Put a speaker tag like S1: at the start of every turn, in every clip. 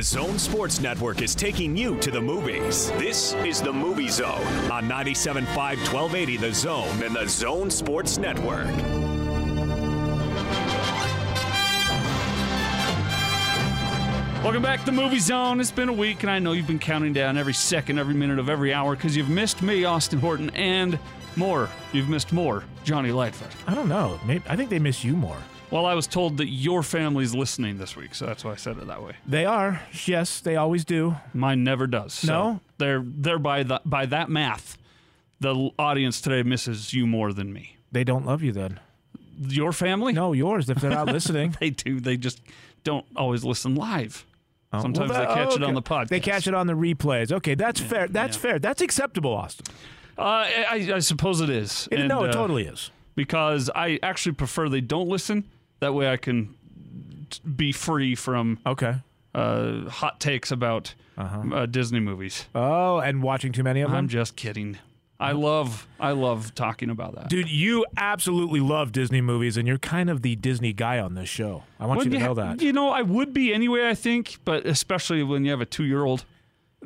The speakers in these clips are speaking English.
S1: Zone Sports Network is taking you to the movies. This is the Movie Zone on 97.5 1280 The Zone and the Zone Sports Network.
S2: Welcome back to the Movie Zone. It's been a week, and I know you've been counting down every second, every minute of every hour because you've missed me, Austin Horton, and more. You've missed more, Johnny Lightfoot.
S3: I don't know. Maybe, I think they miss you more.
S2: Well, I was told that your family's listening this week, so that's why I said it that way.
S3: They are. Yes, they always do.
S2: Mine never does. So
S3: No?
S2: they're thereby the, by that math, the l- audience today misses you more than me.
S3: They don't love you then.
S2: Your family?
S3: No, yours if they're not listening.
S2: they do. They just don't always listen live.
S3: Oh,
S2: Sometimes
S3: well,
S2: they catch it
S3: okay.
S2: on the podcast.
S3: They catch it on the replays. Okay, that's fair. That's
S2: yeah.
S3: fair. That's acceptable, Austin.
S2: Uh, I, I suppose it is.
S3: It-
S2: And,
S3: no, it
S2: uh,
S3: totally is.
S2: because I actually prefer they don't listen. That way I can t- be free from
S3: Okay.
S2: uh, hot takes about
S3: Uh-huh.
S2: uh Disney movies.
S3: Oh, and watching too many of them?
S2: I'm just kidding. I love I love talking about that.
S3: Dude, you absolutely love Disney movies, and you're kind of the Disney guy on this show. I want
S2: When
S3: you to
S2: you
S3: know
S2: ha-
S3: that.
S2: You know, I would be anyway, I think, but especially when you have a two year old.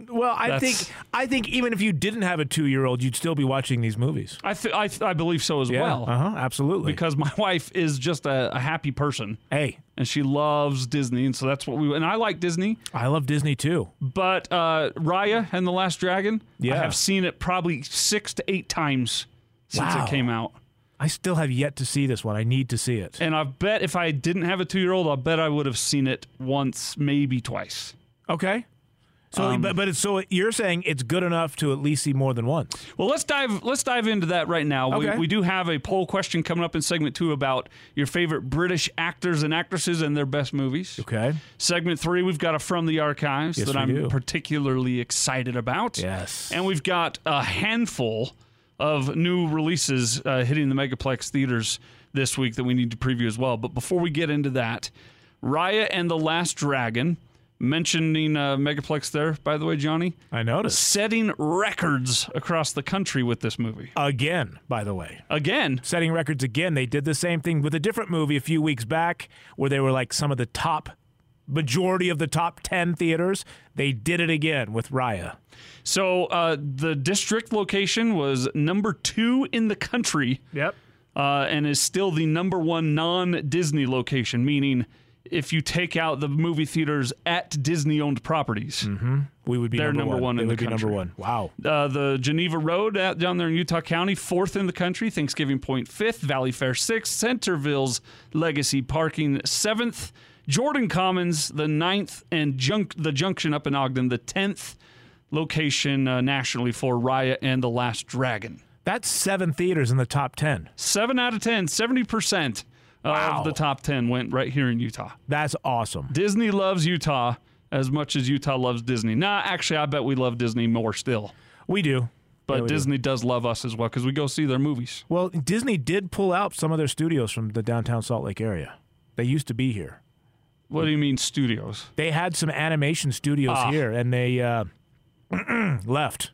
S3: well, I
S2: That's-
S3: think I think even if you didn't have a two year old, you'd still be watching these movies.
S2: I, th- I, th- I believe so as
S3: Yeah,
S2: well.
S3: uh huh, absolutely.
S2: Because my wife is just a, a happy person
S3: hey,
S2: and she loves Disney. And so that's what we, and I like Disney.
S3: I love Disney too.
S2: But uh, Raya and the Last Dragon, I
S3: Yeah.
S2: have seen it probably six to eight times since
S3: Wow.
S2: it came out.
S3: I still have yet to see this one. I need to see it.
S2: And I bet if I didn't have a two year old, I bet I would have seen it once, maybe twice.
S3: Okay. So, but, but it's, so you're saying it's good enough to at least see more than once.
S2: Well, let's dive let's dive into that right now.
S3: Okay.
S2: We, we do have a poll question coming up in segment two about your favorite British actors and actresses and their best movies.
S3: Okay.
S2: Segment three, we've got a from the archives
S3: Yes,
S2: that
S3: we
S2: I'm
S3: do.
S2: particularly excited about.
S3: Yes.
S2: And we've got a handful of new releases uh, hitting the Megaplex theaters this week that we need to preview as well. But before we get into that, Raya and the Last Dragon, mentioning uh, Megaplex there, by the way, Johnny,
S3: I noticed.
S2: setting records across the country with this movie.
S3: Again, by the way.
S2: Again,
S3: Setting records again. They did the same thing with a different movie a few weeks back where they were like some of the top, majority of the top 10 theaters. They did it again with Raya.
S2: so uh, the district location was number two in the country.
S3: Yep.
S2: uh, and is still the number one non Disney location, meaning if you take out the movie theaters at Disney owned properties.
S3: We would be
S2: They're
S3: number,
S2: number
S3: one.
S2: one
S3: They
S2: in the
S3: would be number
S2: country.
S3: one. Wow.
S2: Uh, the Geneva Road out down there in Utah County, fourth in the country, Thanksgiving Point fifth, Valley Fair sixth, Centerville's Legacy Parking seventh, Jordan Commons the ninth, and Junk the Junction up in Ogden the tenth location uh, nationally for Raya and the Last Dragon.
S3: That's seven theaters in the top 10.
S2: Seven out of ten, 70%
S3: Wow.
S2: of the top 10 went right here in Utah.
S3: That's awesome.
S2: Disney loves Utah as much as Utah loves Disney. Nah, actually, I bet we love Disney more still.
S3: We do.
S2: But
S3: Yeah, we do.
S2: Disney does love us as well because we go see their movies.
S3: Well, Disney did pull out some of their studios from the downtown Salt Lake area. They used to be here.
S2: What do you mean studios?
S3: They had some animation studios
S2: Ah.
S3: here, and they uh, left.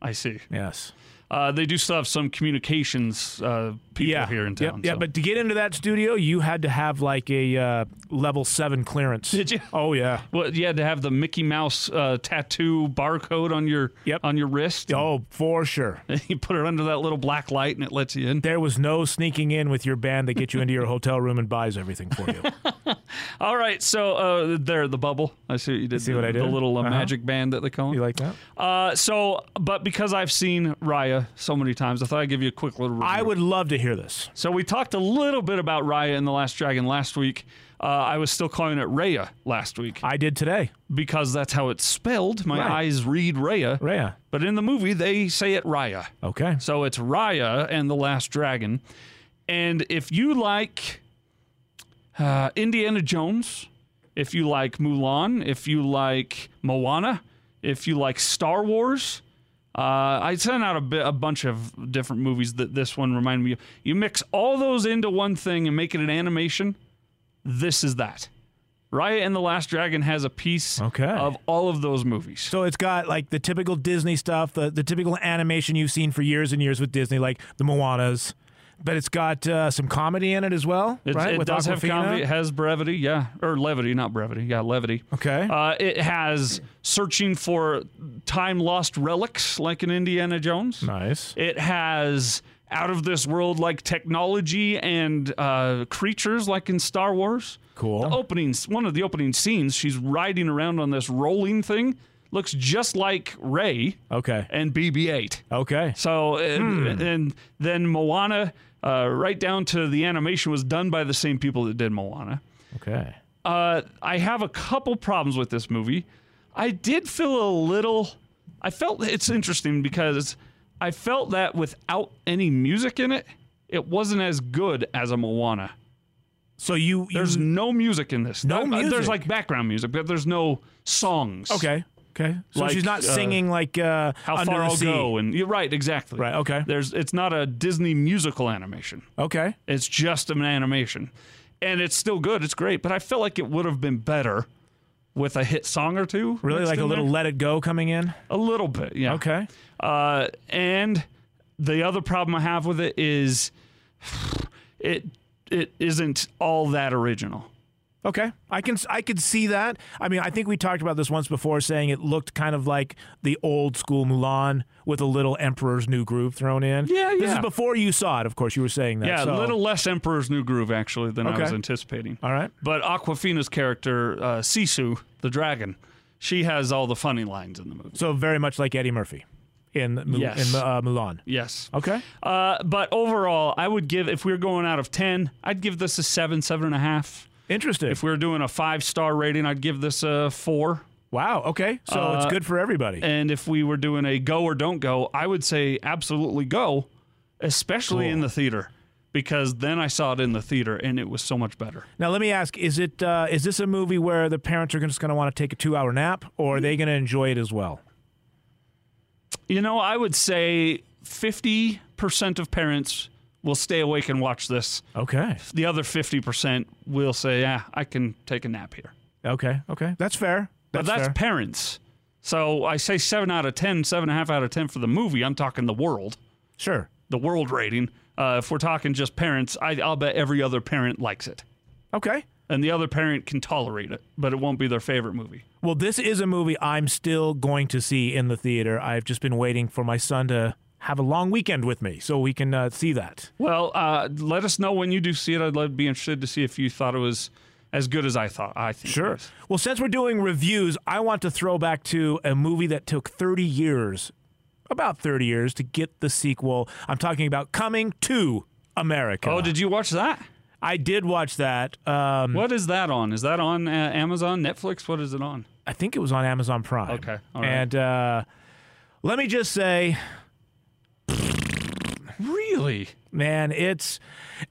S2: I see.
S3: Yes.
S2: Uh, they do still have some communications uh, people
S3: yeah.
S2: here in town.
S3: Yeah,
S2: so.
S3: but to get into that studio, you had to have like a uh, level seven clearance.
S2: Did you?
S3: Oh yeah.
S2: Well, you had to have the Mickey Mouse uh, tattoo barcode on your
S3: Yep.
S2: on your wrist.
S3: Oh, for sure.
S2: You put it under that little black light and it lets you in.
S3: There was no sneaking in with your band that gets you into your hotel room and buys everything for you.
S2: All right, so uh, there, the bubble. I see what you did.
S3: see what I
S2: The
S3: did?
S2: little uh,
S3: Uh-huh.
S2: magic band that they call it.
S3: you like that?
S2: Uh, so, but because I've seen Raya so many times, I thought I'd give you a quick little review.
S3: I would love to hear this.
S2: So we talked a little bit about Raya and the Last Dragon last week. Uh, I was still calling it Raya last week
S3: I did today.
S2: because that's how it's spelled. My
S3: Right.
S2: eyes read Raya.
S3: Raya.
S2: But in the movie, they say it Raya.
S3: Okay.
S2: So it's Raya and the Last Dragon. And if you like uh, Indiana Jones, if you like Mulan, if you like Moana, if you like Star Wars, uh, I sent out a, bi- a bunch of different movies that this one reminded me of. You mix all those into one thing and make it an animation, this is that. Raya and the Last Dragon has a piece
S3: Okay.
S2: of all of those movies.
S3: So it's got like the typical Disney stuff, the, the typical animation you've seen for years and years with Disney, like the Moanas, But it's got uh, some comedy in it as well,
S2: It,
S3: right?
S2: it does have
S3: Awkwafina?
S2: comedy. It has brevity, yeah, or levity, not brevity. Yeah, levity.
S3: Okay.
S2: Uh, it has searching for time lost relics, like in Indiana Jones.
S3: nice.
S2: It has out of this world like technology and uh, creatures, like in Star Wars.
S3: Cool.
S2: The opening, one of the opening scenes, she's riding around on this rolling thing. Looks just like Ray
S3: Okay.
S2: and BB-8.
S3: Okay.
S2: So,
S3: Hmm.
S2: and, and then Moana, uh, right down to the animation, was done by the same people that did Moana.
S3: Okay.
S2: Uh, I have a couple problems with this movie. I did feel a little. I felt it's interesting because I felt that without any music in it, it wasn't as good as a Moana.
S3: So you, you
S2: There's no music in this.
S3: Hmm. No
S2: Uh, There's
S3: music?
S2: like background music, but there's no songs.
S3: okay. Okay. So
S2: Like,
S3: she's not
S2: uh,
S3: singing like uh,
S2: How
S3: Under
S2: far
S3: the
S2: I'll
S3: sea.
S2: go, and you're right, exactly.
S3: Right. Okay.
S2: There's. It's not a Disney musical animation.
S3: Okay.
S2: It's just an animation. And it's still good. It's great. But I feel like it would have been better with a hit song or two.
S3: Really
S2: mixed
S3: like a
S2: in
S3: little
S2: there.
S3: Let It Go coming in.
S2: A little bit, yeah.
S3: Okay.
S2: Uh, and the other problem I have with it is it it isn't all that original.
S3: Okay, I can I could see that. I mean, I think we talked about this once before, saying it looked kind of like the old school Mulan with a little Emperor's New Groove thrown in.
S2: Yeah,
S3: This is
S2: yeah.
S3: before you saw it, of course. You were saying that.
S2: Yeah, a
S3: so-
S2: little less Emperor's New Groove actually than I
S3: Okay.
S2: was anticipating.
S3: All right.
S2: But Aquafina's character, uh, Sisu, the dragon, she has all the funny lines in the movie.
S3: So very much like Eddie Murphy in Mu-
S2: Yes.
S3: in uh, Mulan.
S2: Yes.
S3: Okay.
S2: Uh, but overall, I would give if we were going out of ten, I'd give this a seven, seven and a half.
S3: Interesting.
S2: If we were doing a five star rating, I'd give this a four.
S3: wow. Okay. So it's
S2: Uh,
S3: good for everybody.
S2: And if we were doing a go or don't go, I would say absolutely go, especially in the theater, because then I saw it in the theater and it was so much better.
S3: now let me ask: Is it uh, is this a movie where the parents are just going to want to take a two hour nap, or are they going to enjoy it as well?
S2: You know, I would say fifty percent of parents will stay awake and watch this.
S3: Okay.
S2: The other fifty percent will say, "Yeah, I can take a nap here."
S3: Okay. Okay. That's fair.
S2: But
S3: That's,
S2: that's
S3: fair.
S2: parents. So I say seven out of ten, seven and a half out of ten for the movie. I'm talking the world,
S3: sure.
S2: the world rating. Uh, if we're talking just parents, I, I'll bet every other parent likes it,
S3: Okay.
S2: and the other parent can tolerate it, but it won't be their favorite movie.
S3: Well, this is a movie I'm still going to see in the theater. I've just been waiting for my son to have a long weekend with me so we can uh, see that.
S2: Well, uh, let us know when you do see it. I'd love, be interested to see if you thought it was as good as I thought. I think it was.
S3: Well, since we're doing reviews, I want to throw back to a movie that took 30 years, about 30 years, to get the sequel. I'm talking about Coming to America.
S2: Oh, did you watch that?
S3: I did watch that. Um,
S2: What is that on? Is that on uh, Amazon, Netflix? What is it on?
S3: I think it was on Amazon Prime.
S2: Okay, all right.
S3: And uh, let me just say,
S2: Really?
S3: man it's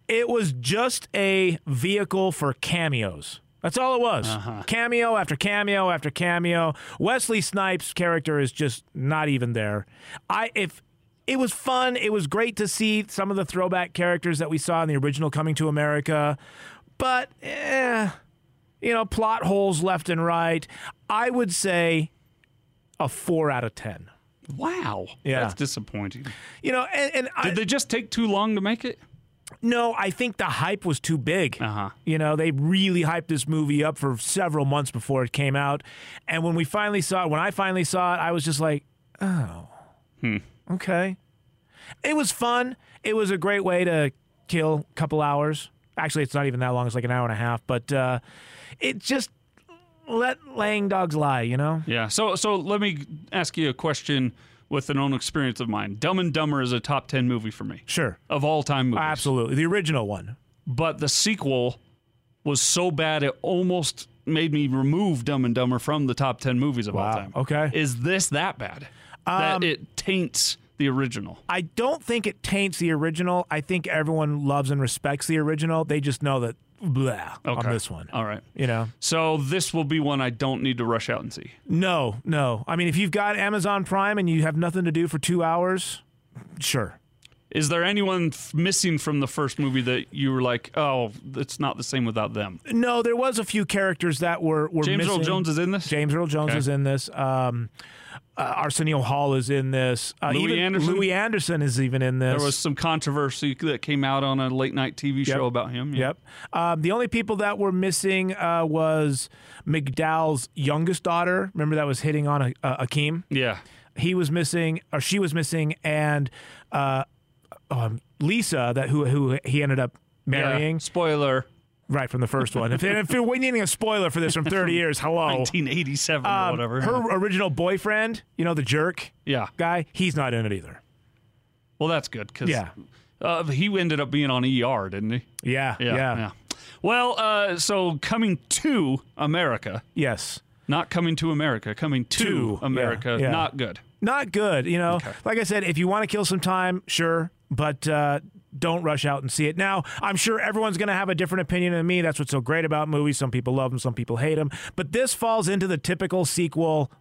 S3: it was just a vehicle for cameos that's all it was cameo after cameo after cameo wesley snipes character is just not even there i if it was fun it was great to see some of the throwback characters that we saw in the original coming to america but eh, you know plot holes left and right i would say a 4 out of 10
S2: Wow.
S3: Yeah.
S2: That's disappointing.
S3: you know and, and I,
S2: Did they just take too long to make it?
S3: No, I think the hype was too big.
S2: Uh-huh.
S3: You know, they really hyped this movie up for several months before it came out. And when we finally saw it, when I finally saw it, I was just like, oh, okay. It was fun. It was a great way to kill a couple hours. Actually, it's not even that long. It's like an hour and a half. But uh, it just let laying dogs lie, you know?
S2: Yeah. So so let me ask you a question with an own experience of mine. Dumb and Dumber is a top 10 movie for me
S3: Sure.
S2: of all time movies.
S3: Absolutely. The original one.
S2: But the sequel was so bad it almost made me remove Dumb and Dumber from the top 10 movies of all
S3: Wow,
S2: time.
S3: okay. Um,
S2: Is this that bad that it taints the original?
S3: I don't think it taints the original. I think everyone loves and respects the original. They just know that blah on
S2: Okay. Uh,
S3: this one.
S2: All right.
S3: You know,
S2: So this will be one I don't need to rush out and see.
S3: no, no. I mean, if you've got Amazon Prime and you have nothing to do for two hours, sure.
S2: Is there anyone f- missing from the first movie that you were like, "Oh, it's not the same without them"?
S3: No, there was a few characters that were were
S2: James Earl
S3: missing.
S2: Jones is in this.
S3: James Earl Jones
S2: Okay.
S3: is in this. Um, uh, Arsenio Hall is in this. Uh,
S2: Louis
S3: even
S2: Anderson?
S3: Louis Anderson is even in this.
S2: There was some controversy that came out on a late night TV show about him.
S3: Yep. Um, the only people that were missing uh, was McDowell's youngest daughter. Remember that was hitting on a, uh, Akeem.
S2: Yeah.
S3: He was missing, or she was missing, and uh, um, Lisa, that who who he ended up
S2: Yeah.
S3: marrying
S2: Spoiler.
S3: right from the first one. if, if you're needing a spoiler for this from 30 years, hello.
S2: 1987 or
S3: Oh. Um,
S2: whatever.
S3: Her original boyfriend, you know the jerk
S2: yeah.
S3: guy, he's not in it either.
S2: Well, that's good because
S3: Yeah.
S2: uh, he ended up being on ER, didn't he?
S3: Yeah, yeah,
S2: Well, uh, so coming to America,
S3: yes.
S2: not coming to America, coming to,
S3: To, yeah,
S2: America,
S3: yeah.
S2: not good.
S3: not good. You know, like I said, if you want to kill some time, sure, but uh, don't rush out and see it. Now, I'm sure everyone's going to have a different opinion than me. That's what's so great about movies. Some people love them, some people hate them. But this falls into the typical sequel.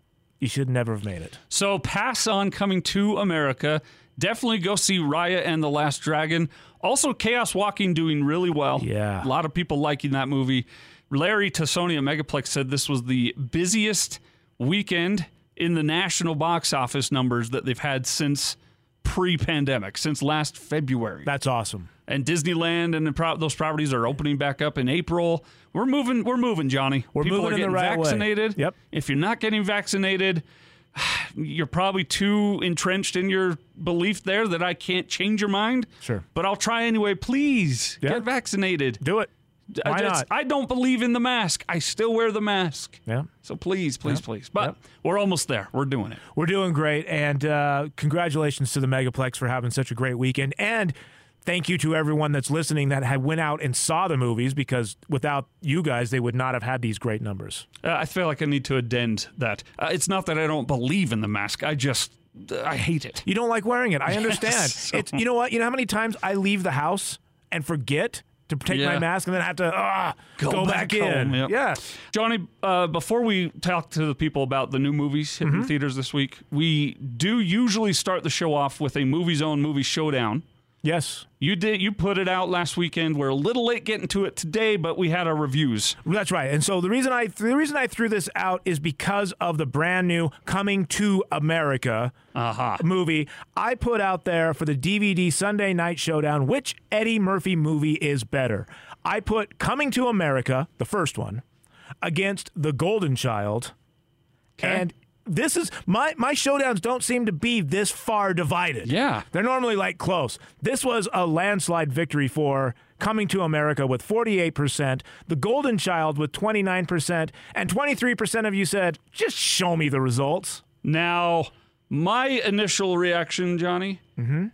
S3: You should never have made it.
S2: So pass on coming to America. Definitely go see Raya and the Last Dragon. Also, Chaos Walking doing really well.
S3: Yeah.
S2: A lot of people liking that movie. Larry Tassoni at Megaplex said this was the busiest weekend in the national box office numbers that they've had since pre pandemic, since last February.
S3: That's awesome.
S2: and Disneyland and the pro- those properties are opening back up in April. We're moving. We're moving, Johnny.
S3: We're
S2: People
S3: moving
S2: are
S3: in the
S2: getting
S3: right way.
S2: vaccinated.
S3: Yep.
S2: If you're not getting vaccinated, you're probably too entrenched in your belief there that I can't change your mind.
S3: Sure.
S2: But I'll try anyway. Please
S3: Yeah.
S2: get vaccinated.
S3: Do it. Why
S2: I,
S3: not?
S2: I don't believe in the mask. I still wear the mask.
S3: Yeah.
S2: So please, please, please. But we're almost there. We're doing it.
S3: We're doing great. And uh, congratulations to the Megaplex for having such a great weekend. And thank you to everyone that's listening that had went out and saw the movies because without you guys, they would not have had these great numbers.
S2: Uh, I feel like I need to addend that. Uh, it's not that I don't believe in the mask. I just uh, I hate it.
S3: You don't like wearing it. I understand.
S2: so-
S3: It's you know what? You know how many times I leave the house and forget to take my
S2: Yeah.
S3: mask and then have to ah, go, back,
S2: back home,
S3: in.
S2: yep.
S3: Yeah.
S2: Johnny, uh, before we talk to the people about the new movies hitting
S3: Mm-hmm.
S2: theaters this week, we do usually start the show off with a movie zone movie showdown.
S3: Yes.
S2: You did you put it out last weekend. We're a little late getting to it today, but we had our reviews.
S3: That's right. And so the reason I the reason I threw this out is because of the brand new Coming to America movie I put out there for the DVD Sunday Night Showdown. Which Eddie Murphy movie is better? I put Coming to America, the first one, against The Golden Child. And this is my my showdowns don't seem to be this far divided.
S2: Yeah.
S3: They're normally like close. This was a landslide victory for Coming to America with 48%, The Golden Child with 29%, and 23% of you said, "Just show me the results."
S2: Now, my initial reaction, Johnny,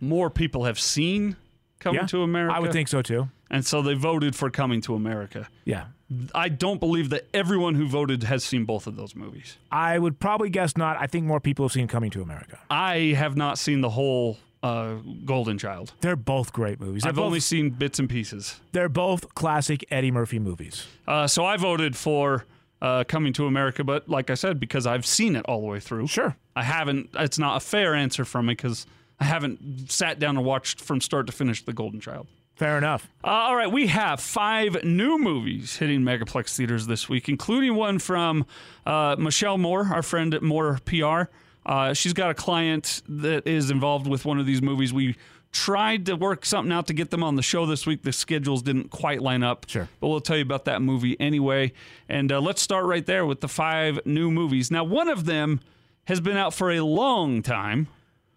S2: more people have seen Coming to America.
S3: Mm-hmm. I would think so too.
S2: and so they voted for Coming to America.
S3: Yeah.
S2: I don't believe that everyone who voted has seen both of those movies.
S3: I would probably guess not. I think more people have seen Coming to America.
S2: I have not seen the whole uh, Golden Child.
S3: They're both great movies. They're
S2: I've
S3: both,
S2: only seen bits and pieces.
S3: they're both classic Eddie Murphy movies.
S2: Uh, so I voted for uh, Coming to America, but like I said, because I've seen it all the way through.
S3: Sure.
S2: I haven't, it's not a fair answer from me because I haven't sat down and watched from start to finish The Golden Child.
S3: Fair enough.
S2: Uh, all right, we have five new movies hitting Megaplex theaters this week, including one from uh, Michelle Moore, our friend at Moore PR. Uh, she's got a client that is involved with one of these movies. We tried to work something out to get them on the show this week. The schedules didn't quite line up.
S3: Sure.
S2: But we'll tell you about that movie anyway. And uh, let's start right there with the five new movies. Now, one of them has been out for a long time,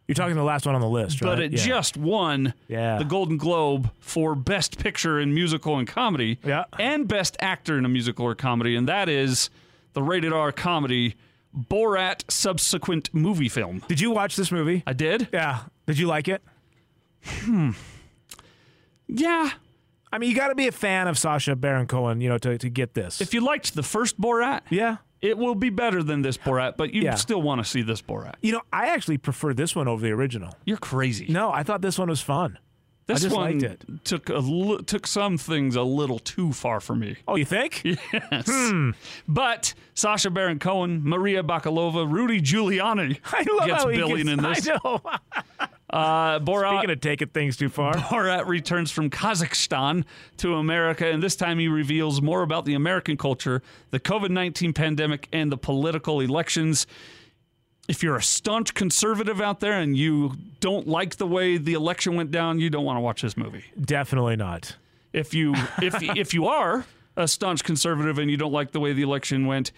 S3: You're talking the last one on the list, right?
S2: but it
S3: Yeah.
S2: just won
S3: Yeah.
S2: the Golden Globe for Best Picture in Musical and Comedy,
S3: Yeah.
S2: and Best Actor in a Musical or Comedy, and that is the rated R comedy Borat subsequent movie film.
S3: Did you watch this movie?
S2: I did?
S3: Yeah. Did you like it?
S2: Yeah.
S3: I mean, you got to be a fan of Sasha Baron Cohen, you know, to, to get this.
S2: If you liked the first Borat,
S3: yeah.
S2: it will be better than this Borat, but you
S3: Yeah.
S2: still want to see this Borat.
S3: You know, I actually prefer this one over the original.
S2: You're crazy.
S3: No, I thought this one was fun.
S2: this
S3: just
S2: one
S3: liked it.
S2: took a li- took some things a little too far for me.
S3: Oh, you think?
S2: Yes.
S3: Hmm.
S2: But Sasha Baron Cohen, Maria Bakalova, Rudy Giuliani
S3: I love
S2: gets
S3: how he
S2: billion
S3: gets-
S2: in this.
S3: I know.
S2: Uh, Borat,
S3: Speaking of taking things too far.
S2: Borat returns from Kazakhstan to America, and this time he reveals more about the American culture, the COVID 19 pandemic, and the political elections. if you're a staunch conservative out there and you don't like the way the election went down, you don't want to watch this movie.
S3: Definitely not.
S2: If you if if you are a staunch conservative and you don't like the way the election went,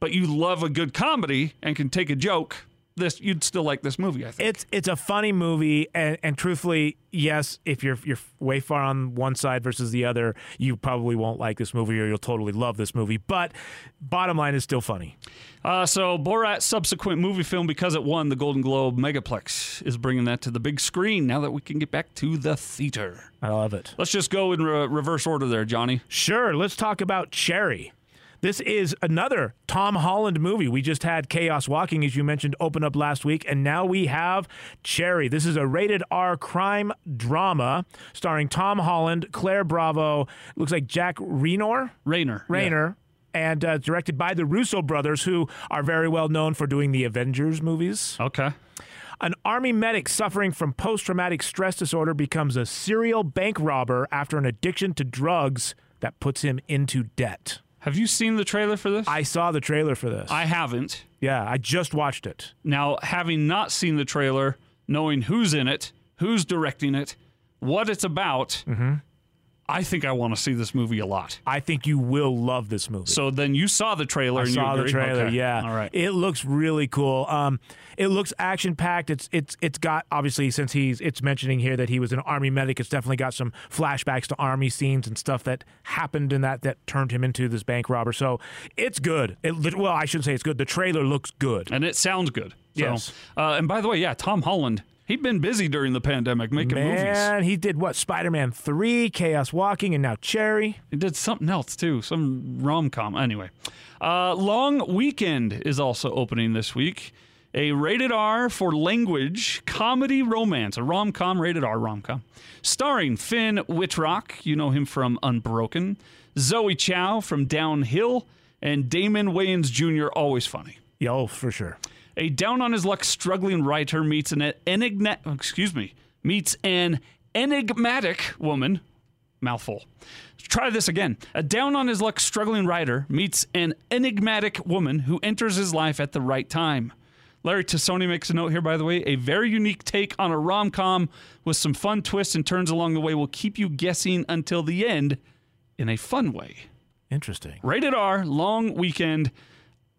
S2: but you love a good comedy and can take a joke, this you'd still like this movie, I think.
S3: It's it's a funny movie, and, and truthfully, yes, if you're you're way far on one side versus the other, you probably won't like this movie, or you'll totally love this movie. But bottom line is still funny.
S2: Uh, so Borat's subsequent movie film, because it won the Golden Globe Megaplex, is bringing that to the big screen now that we can get back to the theater.
S3: I love it.
S2: Let's just go in re- reverse order there, Johnny.
S3: Sure, let's talk about Cherry. This is another Tom Holland movie. We just had Chaos Walking, as you mentioned, open up last week, and now we have Cherry. This is a rated R crime drama starring Tom Holland, Claire Bravo, looks like Jack Renor,
S2: Rainer.
S3: Raynor, and uh, directed by the Russo brothers, who are very well known for doing the Avengers movies.
S2: Yeah. Okay.
S3: An army medic suffering from post traumatic stress disorder becomes a serial bank robber after an addiction to drugs that puts him into debt.
S2: Have you seen the trailer for this?
S3: I saw the trailer for this.
S2: I haven't.
S3: yeah, I just watched it.
S2: Now, having not seen the trailer, knowing who's in it, who's directing it, what it's about,
S3: Mm-hmm.
S2: I think I want to see this movie a lot.
S3: I think you will love this movie.
S2: So then you saw the trailer.
S3: I
S2: and
S3: saw
S2: you
S3: the
S2: agree?
S3: trailer.
S2: Okay.
S3: Yeah,
S2: All right.
S3: It looks really cool. Um, it looks action packed. It's it's it's got obviously since he's it's mentioning here that he was an army medic. It's definitely got some flashbacks to army scenes and stuff that happened in that that turned him into this bank robber. So it's good. It lit- well, I shouldn't say it's good. The trailer looks good.
S2: and it sounds good. So,
S3: Yes.
S2: Uh, and by the way, yeah, Tom Holland. He'd been busy during the pandemic making movies.
S3: Man, he did what Spider Man three, Chaos Walking, and now Cherry.
S2: He did something else too, some rom com. Anyway, uh, Long Weekend is also opening this week. A rated R for language comedy romance, a rom com, rated R rom com, starring Finn Wittrock. You know him from Unbroken, Zoe Chow from Downhill, and Damon Wayans Jr., always funny.
S3: Yo, for sure.
S2: A down on his luck struggling writer meets an enigma excuse me, meets an enigmatic woman. Mouthful. Try this again. A down on his luck struggling writer meets an enigmatic woman who enters his life at the right time. Larry Tassoni makes a note here, by the way. A very unique take on a rom com with some fun twists and turns along the way will keep you guessing until the end in a fun way
S3: Interesting.
S2: rated R, long weekend.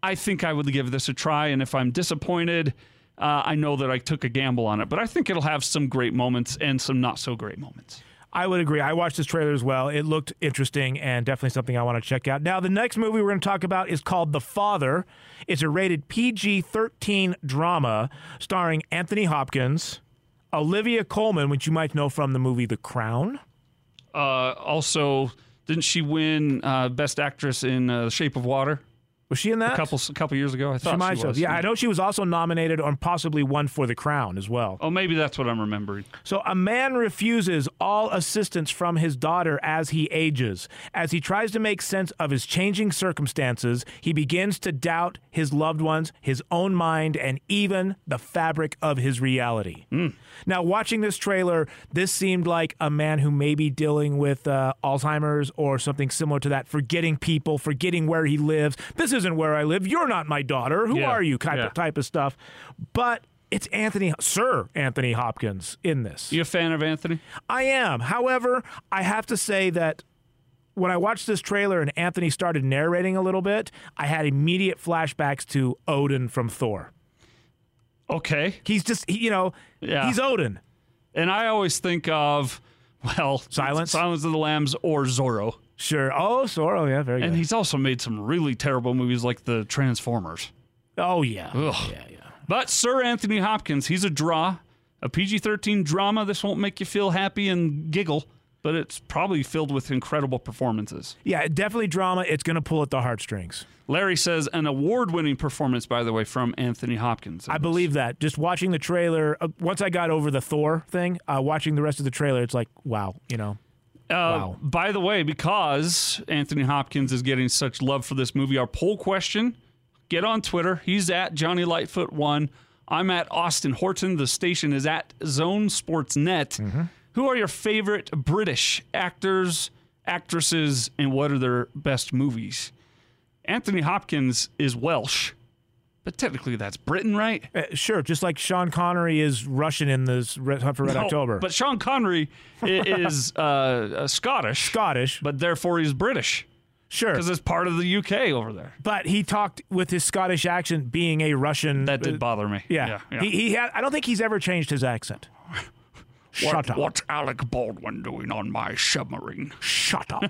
S2: I think I would give this a try, and if I'm disappointed, uh, I know that I took a gamble on it. But I think it'll have some great moments and some not so great moments.
S3: I would agree. I watched this trailer as well. It looked interesting and definitely something I want to check out. Now, the next movie we're going to talk about is called The Father. It's a rated PG 13 drama starring Anthony Hopkins, Olivia Colman, which you might know from the movie The Crown.
S2: Uh, also, didn't she win uh, Best Actress in uh, The Shape of Water
S3: Was she in that?
S2: a couple a couple years ago? I
S3: She
S2: thought
S3: might
S2: she,
S3: have-
S2: was.
S3: Yeah, I know she was also nominated or possibly won for The Crown as well.
S2: Oh, maybe that's what I'm remembering.
S3: So a man refuses all assistance from his daughter as he ages. As he tries to make sense of his changing circumstances, he begins to doubt his loved ones, his own mind, and even the fabric of his reality.
S2: Mm.
S3: Now, watching this trailer, this seemed like a man who may be dealing with uh, Alzheimer's or something similar to that, forgetting people, forgetting where he lives. This isn't where I live. You're not my daughter. Who
S2: Yeah,
S3: are you? Type,
S2: yeah.
S3: type of stuff. But it's Anthony, Sir Anthony Hopkins in this.
S2: You a fan of Anthony?
S3: I am. However, I have to say that when I watched this trailer and Anthony started narrating a little bit, I had immediate flashbacks to Odin from Thor.
S2: Okay.
S3: He's just, he, you know,
S2: Yeah.
S3: he's Odin.
S2: And I always think of well,
S3: Silence?
S2: Silence of the Lambs, or Zorro.
S3: Sure. Oh, Soro. Yeah, very
S2: And
S3: good.
S2: he's also made some really terrible movies like the Transformers.
S3: oh, yeah.
S2: Ugh.
S3: Yeah, yeah.
S2: But Sir Anthony Hopkins, he's a draw, a PG 13 drama. This won't make you feel happy and giggle, but it's probably filled with incredible performances.
S3: Yeah, definitely drama. It's going to pull at the heartstrings.
S2: Larry says an award winning performance, by the way, from Anthony Hopkins.
S3: I believe that. Just watching the trailer, uh, once I got over the Thor thing, uh, watching the rest of the trailer, it's like, wow, you know.
S2: Uh,
S3: Wow.
S2: By the way, because Anthony Hopkins is getting such love for this movie, our poll question get on Twitter. He's at Johnny Lightfoot1. I'm at Austin Horton. The station is at Zone Sports Net. Who are your favorite British actors, actresses, and what are their best movies? Anthony Hopkins is Welsh. But technically, that's Britain, right?
S3: Uh, sure, just like Sean Connery is Russian in this Red, Hunt for Red
S2: No,
S3: October.
S2: Oh, But Sean Connery i- is uh, uh, Scottish,
S3: Scottish,
S2: but therefore he's British
S3: sure.
S2: because it's part of the UK over there.
S3: But he talked with his Scottish accent being a Russian. uh,
S2: That did bother me.
S3: Yeah.
S2: Uh, yeah.
S3: He, he had, I don't think he's ever changed his accent. Shut
S2: what,
S3: up.
S2: What's Alec Baldwin doing on my submarine?
S3: Shut up.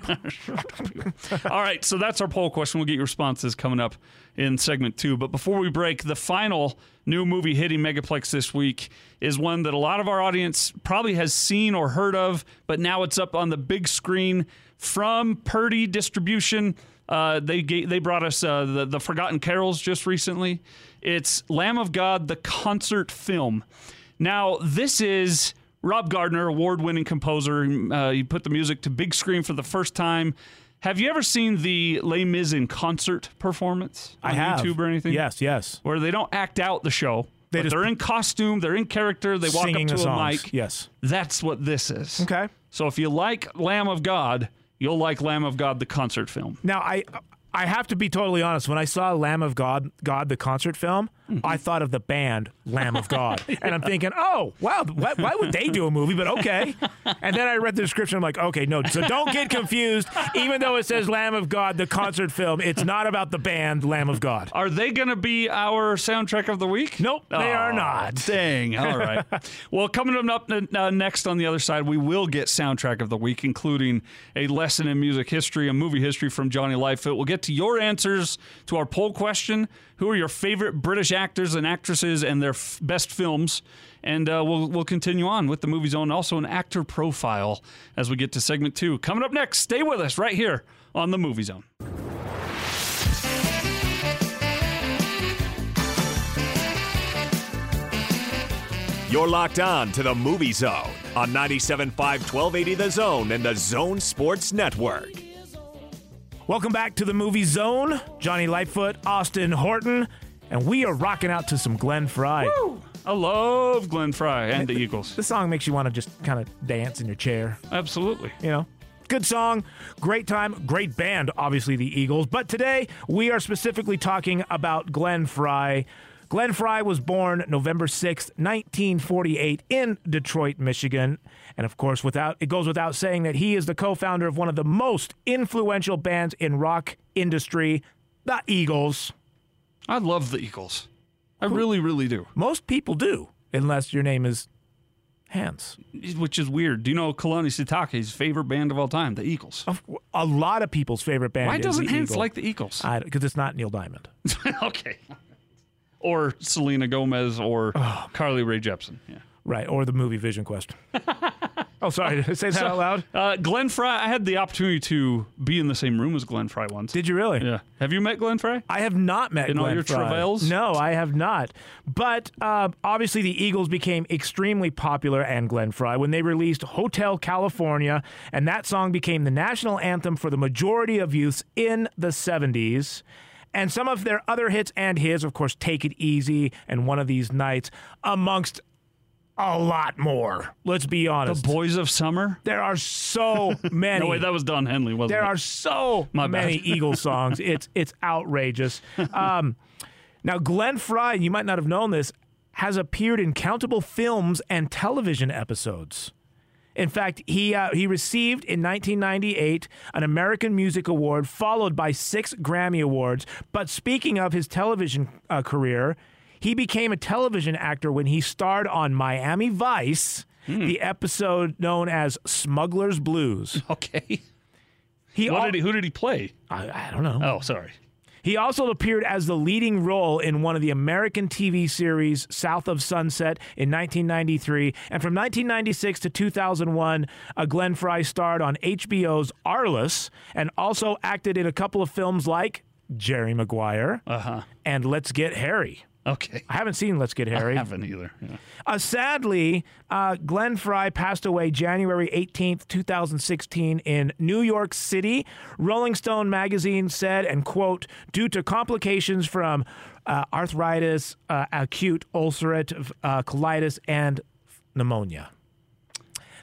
S2: All right, so that's our poll question. We'll get your responses coming up in segment two. But before we break, the final new movie hitting Megaplex this week is one that a lot of our audience probably has seen or heard of, but now it's up on the big screen from Purdy Distribution. Uh, they ga- they brought us uh, the the Forgotten Carols just recently. It's Lamb of God, the concert film. Now this is. Rob Gardner, award winning composer. Uh, he put the music to big screen for the first time. Have you ever seen the Les Mis in concert performance on
S3: I have.
S2: YouTube or anything?
S3: Yes, yes.
S2: Where they don't act out the show.
S3: They
S2: They
S3: just-
S2: they're in costume, they're in character, they walk
S3: Singing
S2: up to
S3: the
S2: a
S3: songs.
S2: mic.
S3: Yes.
S2: That's what this is.
S3: Okay.
S2: So if you like Lamb of God, you'll like Lamb of God, the concert film.
S3: Now I I have to be totally honest. When I saw Lamb of God, God the concert film, I thought of the band Lamb of God, and I'm thinking, oh wow, why, why would they do a movie? But okay. And then I read the description. I'm like, okay, no. So don't get confused. Even though it says Lamb of God, the concert film, it's not about the band Lamb of God.
S2: Are they going to be our soundtrack of the week?
S3: Nope, they are
S2: Aw,
S3: not.
S2: Dang. All right. well, coming up n- uh, next on the other side, we will get soundtrack of the week, including a lesson in music history, a movie history from Johnny Lightfoot. We'll get to your answers to our poll question: Who are your favorite British actors and actresses, and their f- best films? And uh, we'll we'll continue on with the movie zone, also an actor profile as we get to segment two. Coming up next, stay with us right here on the movie zone.
S1: You're locked on to the Movie Zone on 97.5 1280 The Zone and the Zone Sports Network.
S3: Welcome back to the Movie Zone. Johnny Lightfoot, Austin Horton, and we are rocking out to some Glenn Fry.
S2: I love Glenn Fry and the Eagles.
S3: This song makes you want to just kind of dance in your chair.
S2: Absolutely.
S3: you know. Good song, great time, great band, obviously the Eagles. But today we are specifically talking about Glenn Fry. Glenn Fry was born November 6th, 1948 in Detroit, Michigan. And of course, without it goes without saying that he is the co-founder of one of the most influential bands in rock industry, the Eagles.
S2: I love the Eagles. I really, really do.
S3: Most people do, unless your name is Hans.
S2: Which is weird. Do you know Kalani Sitake's favorite band of all time, the Eagles?
S3: Of- A lot of people's favorite band
S2: Why
S3: is
S2: doesn't
S3: the
S2: Hans
S3: Eagles.
S2: like the Eagles?
S3: because it's not Neil Diamond.
S2: okay. Or Selena Gomez
S3: Oh,
S2: or Carly Rae Jepsen. Yeah.
S3: Right, or the movie Vision Quest. oh, sorry, did I say that out loud?
S2: Uh, Glenn Fry, I had the opportunity to be in the same room as Glenn Fry once.
S3: Did you really?
S2: yeah. Have you met Glenn Fry?
S3: I have not met
S2: In all
S3: Glenn
S2: your
S3: Frey.
S2: travails?
S3: No, I have not. But uh, obviously, the Eagles became extremely popular and Glenn Fry when they released Hotel California, and that song became the national anthem for the majority of youths in the 70s. And some of their other hits and his, of course, Take It Easy and One of These Nights, amongst a lot more. Let's be honest.
S2: Boys of Summer?
S3: there are so many.
S2: No, wait, that was Don Henley, wasn't
S3: There
S2: it?
S3: are so
S2: My bad.
S3: many Eagle songs. It's it's outrageous. Um, now, Glenn Fry, you might not have known this, has appeared in countable films and television episodes. In fact, he uh, he received in 1998 an American Music Award, followed by six Grammy Awards. But speaking of his television uh, career, he became a television actor when he starred on Miami Vice,
S2: Hmm.
S3: the episode known as Smuggler's Blues.
S2: Okay.
S3: He
S2: What
S3: al-
S2: did he, who did he play?
S3: I, I don't know.
S2: Oh, sorry.
S3: He also appeared as the leading role in one of the American TV series South of Sunset in 1993, and from 1996 to 2001, uh, Glenn Fry starred on HBO's Arliss, and also acted in a couple of films like Jerry Maguire and Let's Get Harry.
S2: Okay.
S3: I haven't seen Let's Get
S2: Uh-huh. I
S3: Harry.
S2: haven't either. Yeah.
S3: Uh, sadly, uh, Glenn Fry passed away January 18th, 2016 in New York City. Rolling Stone magazine said, and quote, due to complications from uh, arthritis, uh, acute ulcerative uh, colitis, and pneumonia.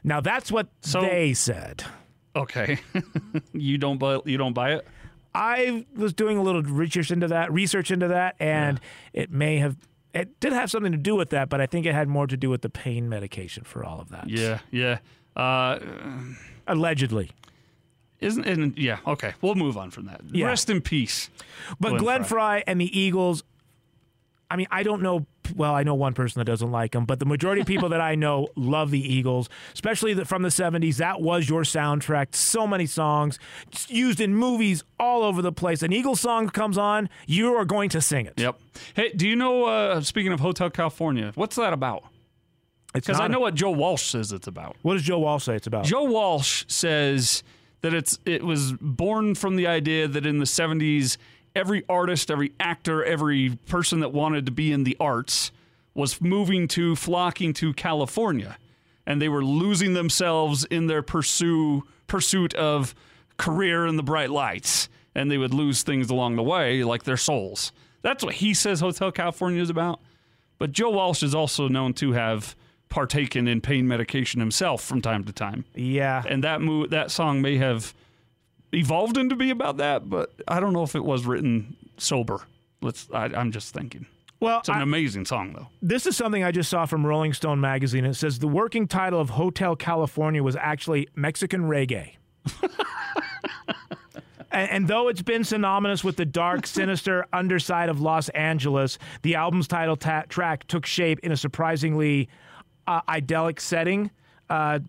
S3: Now, that's what
S2: So-
S3: they said.
S2: Okay. you don't buy you don't buy it?
S3: I was doing a little research into that, research into that, and it may have it did have something to do with that, but I think it had more to do with the pain medication for all of that.
S2: Yeah, yeah. Uh,
S3: Allegedly.
S2: isn't and yeah, okay. We'll move on from that.
S3: Yeah.
S2: Rest in peace.
S3: But
S2: Glenn
S3: Glenn, Fry. and the Eagles, I mean, I don't know. Well, I know one person that doesn't like them, but the majority of people that I know love the Eagles, especially the, from the 70s. That was your soundtrack. So many songs it's used in movies all over the place. An Eagles song comes on, you are going to sing it.
S2: Yep. Hey, do you know uh, speaking of Hotel California, what's that about?
S3: It's
S2: Because
S3: not
S2: I
S3: a-
S2: know what Joe Walsh says it's about.
S3: what does Joe Wall say it's about?
S2: Joe Walsh says that it's it was born from the idea that in the 70s every artist, every actor, every person that wanted to be in the arts was moving to flocking to California and they were losing themselves in their pursue pursuit of career in the bright lights and they would lose things along the way like their souls. That's what he says Hotel California is about. But Joe Walsh is also known to have partaken in pain medication himself from time to time,
S3: yeah.
S2: and that mo- that song may have evolved into be about that. But I don't know if it was written sober. Let's. I, I'm just thinking.
S3: Well,
S2: It's an amazing song, though.
S3: This is something I just saw from Rolling Stone magazine. It says the working title of Hotel California was actually Mexican Reggae. and, and though it's been synonymous with the dark, sinister underside of Los Angeles, the album's title ta- track took shape in a surprisingly uh, idyllic setting. Uh,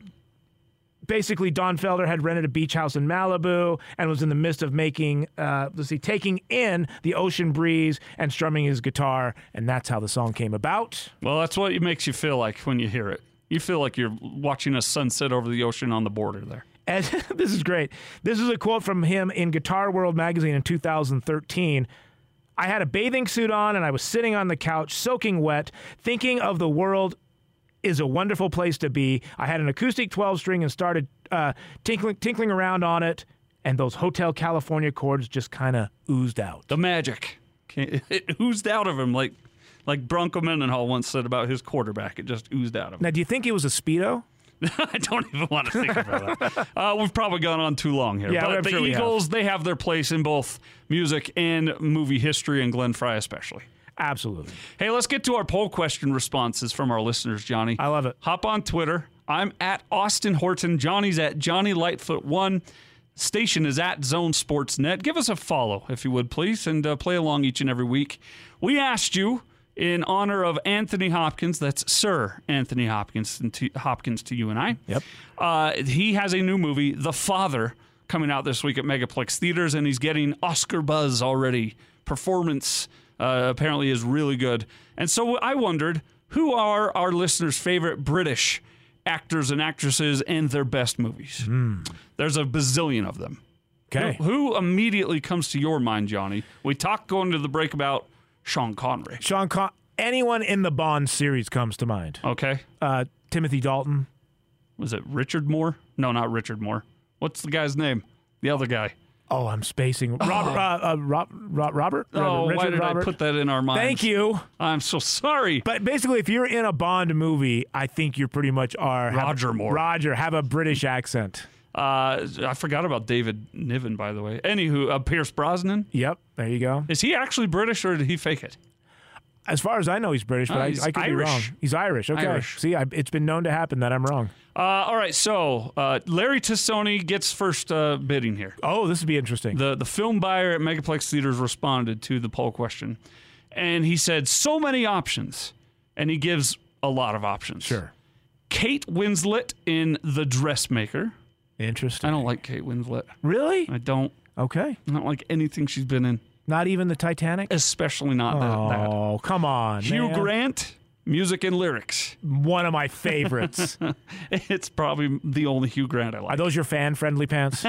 S3: basically Don Felder had rented a beach house in Malibu and was in the midst of making, uh, let's see, taking in the ocean breeze and strumming his guitar, and that's how the song came about.
S2: Well, that's what it makes you feel like when you hear it. You feel like you're watching a sunset over the ocean on the border there.
S3: And this is great. This is a quote from him in Guitar World magazine in 2013. I had a bathing suit on and I was sitting on the couch soaking wet, thinking of the world is a wonderful place to be. I had an acoustic 12 string and started uh, tinkling, tinkling around on it, and those Hotel California chords just kind of oozed out.
S2: The magic. Can't- It oozed out of him like like Bronco Mendenhall once said about his quarterback. It just oozed out of him.
S3: Now, do you think he was a speedo?
S2: I don't even want to think about that. Uh, we've probably gone on too long here.
S3: Yeah,
S2: but
S3: I'm
S2: the
S3: sure we have.
S2: Eagles, they have their place in both music and movie history, and Glenn Fry especially.
S3: Absolutely.
S2: Hey, let's get to our poll question responses from our listeners, Johnny.
S3: I love it.
S2: Hop on Twitter. I'm at Austin Horton. Johnny's at Johnny Lightfoot One. Station is at Zone Sports Net. Give us a follow, if you would, please, and uh, play along each and every week. We asked you in honor of Anthony Hopkins. That's Sir Anthony Hopkins and to, Hopkins to you and I.
S3: Yep.
S2: Uh, he has a new movie, The Father, coming out this week at Megaplex Theaters, and he's getting Oscar buzz already. Performance uh, apparently is really good. And so I wondered who are our listeners' favorite British actors and actresses and their best movies? There's a bazillion of them.
S3: Okay.
S2: Who immediately comes to your mind, Johnny? We talked going to the break about Sean Connery.
S3: Sean Con- anyone in the Bond series comes to mind.
S2: Okay.
S3: Uh, Timothy Dalton.
S2: Was it Richard Moore? No, not Richard Moore. What's the guy's name? The other guy.
S3: Oh, I'm spacing. Robert. Uh, uh, Rob, Rob, Robert?
S2: Oh,
S3: Robert-
S2: why
S3: Richard
S2: did
S3: Robert?
S2: I put that in our minds?
S3: Thank you.
S2: I'm so sorry.
S3: But basically, if you're in a Bond movie, I think you pretty much are. have-
S2: Roger Moore.
S3: Roger, have a British accent.
S2: Uh, I forgot about David Niven, by the way. Anywho, uh, Pierce Brosnan.
S3: Yep, there you go.
S2: Is he actually British or did he fake it?
S3: As far as I know, he's British, but
S2: Oh,
S3: I,
S2: he's
S3: I could
S2: Irish.
S3: be wrong. He's Irish. Okay.
S2: Irish.
S3: See, I, it's been known to happen that I'm wrong.
S2: Uh, all right, so uh, Larry Tassoni gets first uh, bidding here.
S3: Oh, this would be interesting.
S2: The the film buyer at Megaplex Theaters responded to the poll question, and he said so many options, and he gives a lot of options.
S3: sure.
S2: Kate Winslet in The Dressmaker. I
S3: Interesting.
S2: don't like Kate Winslet.
S3: Really?
S2: I don't.
S3: Okay.
S2: I don't like anything she's been in,
S3: Not even the Titanic?
S2: especially not that- that.
S3: Oh, come on.
S2: Hugh
S3: man.
S2: Grant, music and lyrics.
S3: One of my favorites.
S2: It's probably the only Hugh Grant I
S3: Are
S2: like.
S3: those your fan friendly pants?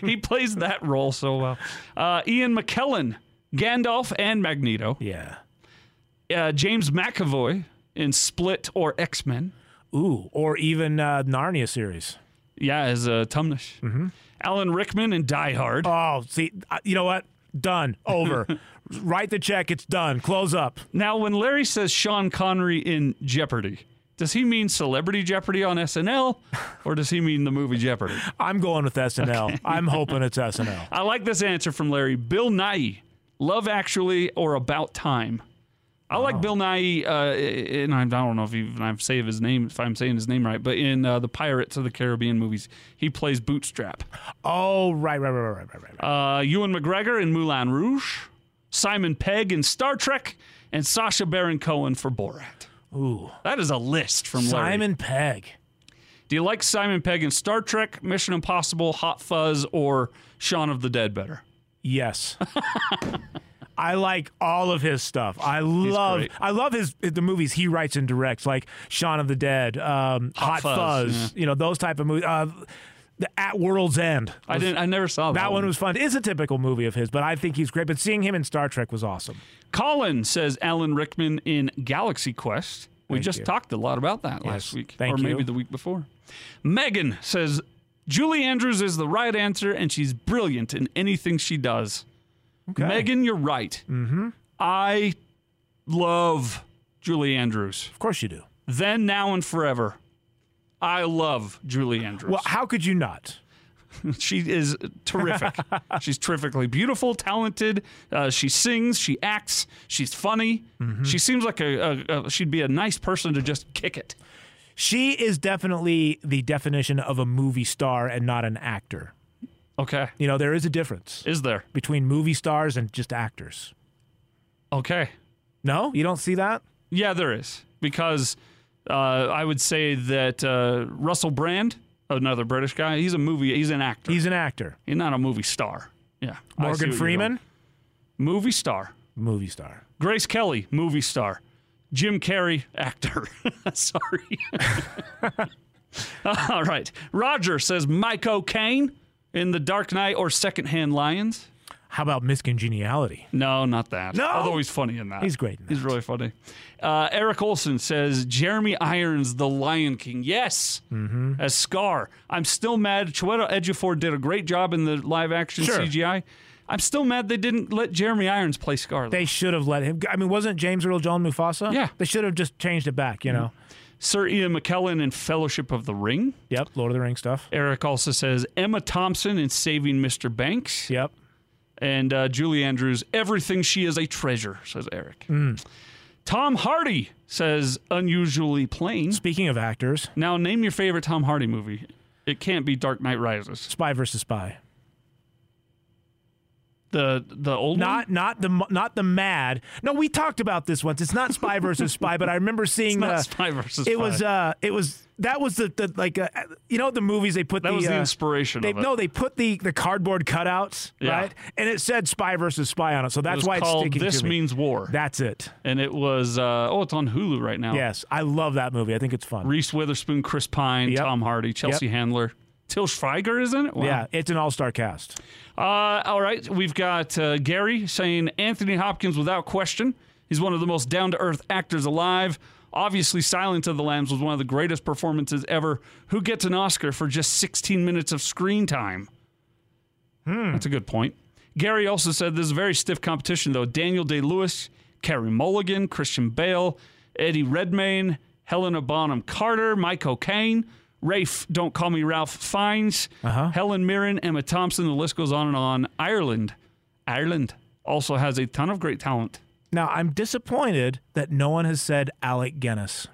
S2: he plays that role so well. Uh, Ian McKellen, Gandalf and Magneto.
S3: yeah.
S2: Uh, James McAvoy in Split or X Men.
S3: Ooh, or even uh, Narnia series.
S2: Yeah, as uh, Tumnish. Alan Rickman in Die Hard.
S3: Oh, see, uh, you know what? Done. Over. Write the check. It's done. Close up.
S2: Now, when Larry says Sean Connery in Jeopardy, Does he mean Celebrity Jeopardy on SNL, or does he mean the movie Jeopardy?
S3: I'm going with SNL. I'm hoping it's SNL.
S2: I like this answer from Larry. Bill Nye, Love Actually or About Time. I like Bill Nye, uh, and I don't know if even I'm saying his name if I'm saying his name right, but in uh, the Pirates of the Caribbean movies, he plays Bootstrap.
S3: Oh, right, right, right, right, right, right. right.
S2: Uh, Ewan McGregor in Moulin Rouge, Simon Pegg in Star Trek, and Sasha Baron Cohen for Borat.
S3: Ooh,
S2: That is a list from Larry.
S3: Simon Pegg.
S2: Do you like Simon Pegg in Star Trek, Mission Impossible, Hot Fuzz, or Shaun of the Dead better?
S3: Yes. I like all of his stuff. I love
S2: great.
S3: I love his the movies he writes and directs, like Shaun of the Dead, um, Hot,
S2: Fuzz,
S3: Fuzz, you know those type of movies. Uh, the At World's End.
S2: I didn't. I never saw that,
S3: That one was fun. It's a typical movie of his, but I think he's great. But seeing him in Star Trek was awesome.
S2: Colin says Alan Rickman in Galaxy Quest. We
S3: Thank
S2: just
S3: you.
S2: talked a lot about that last week,
S3: thank
S2: or maybe
S3: you.
S2: the week before. Megan says Julie Andrews is the right answer, and she's brilliant in anything she does. Megan, you're right. Mm-hmm. I love Julie Andrews.
S3: Of course you do.
S2: Then, now, and forever. I love Julie Andrews.
S3: Well, how could you not?
S2: She is terrific. she's terrifically beautiful, talented. Uh, she sings, she acts, she's funny. She seems like a, a, a she'd be a nice person to just kick it.
S3: She is definitely the definition of a movie star and not an actor.
S2: Okay,
S3: You know, there is a difference
S2: is there?
S3: between movie stars and just actors.
S2: Okay,
S3: No, you don't see that?
S2: yeah, there is because uh, I would say that uh, Russell Brand, another British guy, he's a movie, he's an actor. He's,
S3: He's an actor.
S2: not a movie star. Yeah, I see what
S3: Morgan
S2: you're
S3: Freeman,
S2: going. movie star.
S3: movie star.
S2: Grace Kelly, movie star. Jim Carrey, actor. Sorry. All right. Roger says Mike O'Kane in The Dark Knight or Secondhand Lions.
S3: How about Miss Congeniality?
S2: No, not that.
S3: No?
S2: Although he's funny in that.
S3: He's great in
S2: He's really funny. Uh, Eric Olson says Jeremy Irons, The Lion King. Yes,
S3: Mm-hmm.
S2: as Scar. I'm still mad. Chiwetel Ejiofor did a great job in the live action
S3: Sure.
S2: CGI. I'm still mad they didn't let Jeremy Irons play Scar. though.
S3: They should have let him. I mean, wasn't James Earl Jones Mufasa?
S2: Yeah. Mm-hmm.
S3: They should have just changed it back, you know?
S2: Sir Ian McKellen in Fellowship of the Ring.
S3: Yep. Lord of the Rings stuff.
S2: Eric also says Emma Thompson in Saving Mr. Banks.
S3: Yep.
S2: And uh, Julie Andrews, Everything She Is a Treasure, says Eric.
S3: Mm.
S2: Tom Hardy says Unusually Plain.
S3: Speaking of actors,
S2: Now, name your favorite Tom Hardy movie. It can't be Dark Knight Rises.
S3: Spy versus Spy.
S2: The the old one?
S3: Not not the not the mad. No, we talked about this once. It's not Spy versus Spy, but I remember seeing
S2: Not
S3: the-
S2: Spy versus
S3: uh, it
S2: Spy.
S3: was uh it was that was the, the like uh, you know the movies they put
S2: that
S3: the,
S2: was the
S3: uh,
S2: inspiration
S3: they,
S2: of it.
S3: no they put the the cardboard cutouts
S2: Yeah.
S3: right and it said spy versus spy on it so
S2: it
S3: that's
S2: was
S3: why it's
S2: called
S3: sticking
S2: This
S3: to me
S2: Means War.
S3: that's it
S2: and it was, uh, oh, it's on Hulu right now.
S3: yes i love that movie i think it's fun
S2: Reese Witherspoon, Chris Pine,
S3: Yep.
S2: Tom Hardy, Chelsea Handler. Till Schweiger is in it? Wow.
S3: yeah it's an all-star cast
S2: Uh, all right, we've got uh, Gary saying Anthony Hopkins without question. He's one of the most down to earth actors alive. Obviously, Silence of the Lambs was one of the greatest performances ever. Who gets an Oscar for just 16 minutes of screen time? That's a good point. Gary also said this is a very stiff competition, though. Daniel Day Lewis, Carey Mulligan, Christian Bale, Eddie Redmayne, Helena Bonham Carter, Mike O'Kane, Rafe, don't call me Ralph Fiennes, Helen Mirren, Emma Thompson. The list goes on and on. Ireland, Ireland also has a ton of great talent.
S3: now i'm disappointed that no one has said alec guinness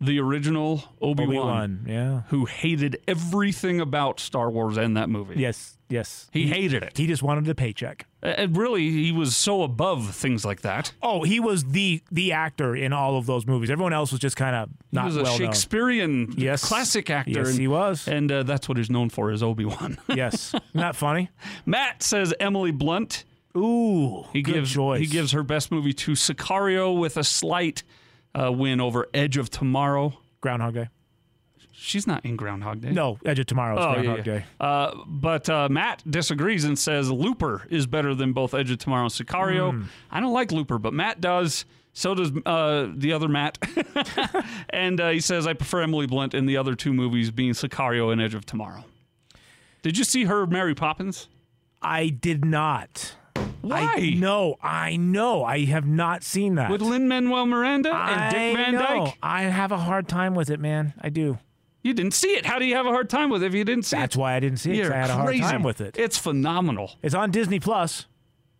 S2: The original Obi
S3: We
S2: Wan,
S3: won. yeah
S2: who hated everything about Star Wars and that movie.
S3: yes yes
S2: He hated it.
S3: he just wanted a paycheck
S2: And really, he was so above things like that.
S3: oh he was the the actor in all of those movies everyone else was just kind of
S2: He
S3: not
S2: was a
S3: well known
S2: Shakespearean
S3: Yes.
S2: classic actor.
S3: Yes,
S2: and,
S3: he was.
S2: And uh, that's what he's known for is Obi-Wan.
S3: yes not funny
S2: Matt says Emily Blunt.
S3: ooh
S2: He
S3: good
S2: gives
S3: choice
S2: he gives her best movie to Sicario with a slight uh, win over Edge of Tomorrow.
S3: groundhog day
S2: She's not in Groundhog Day.
S3: no edge of tomorrow is
S2: Oh, yeah,
S3: groundhog
S2: yeah.
S3: day
S2: Uh, but uh, Matt disagrees and says Looper is better than both Edge of Tomorrow and Sicario.
S3: Hmm.
S2: I don't like Looper, but Matt does. So does uh, the other Matt. and uh, he says, I prefer Emily Blunt in the other two movies, being Sicario and Edge of Tomorrow. Did you see her Mary Poppins?
S3: i did not
S2: Why?
S3: No, I know. I have not seen that.
S2: With Lin Manuel Miranda and
S3: I
S2: Dick Van
S3: know.
S2: Dyke?
S3: I have a hard time with it, man. I do.
S2: You didn't see it. How do you have a hard time with it if you didn't see
S3: That's
S2: it?
S3: why I didn't see it. 'cause
S2: You're
S3: I had a
S2: crazy.
S3: hard time with it.
S2: It's phenomenal.
S3: It's on Disney Plus,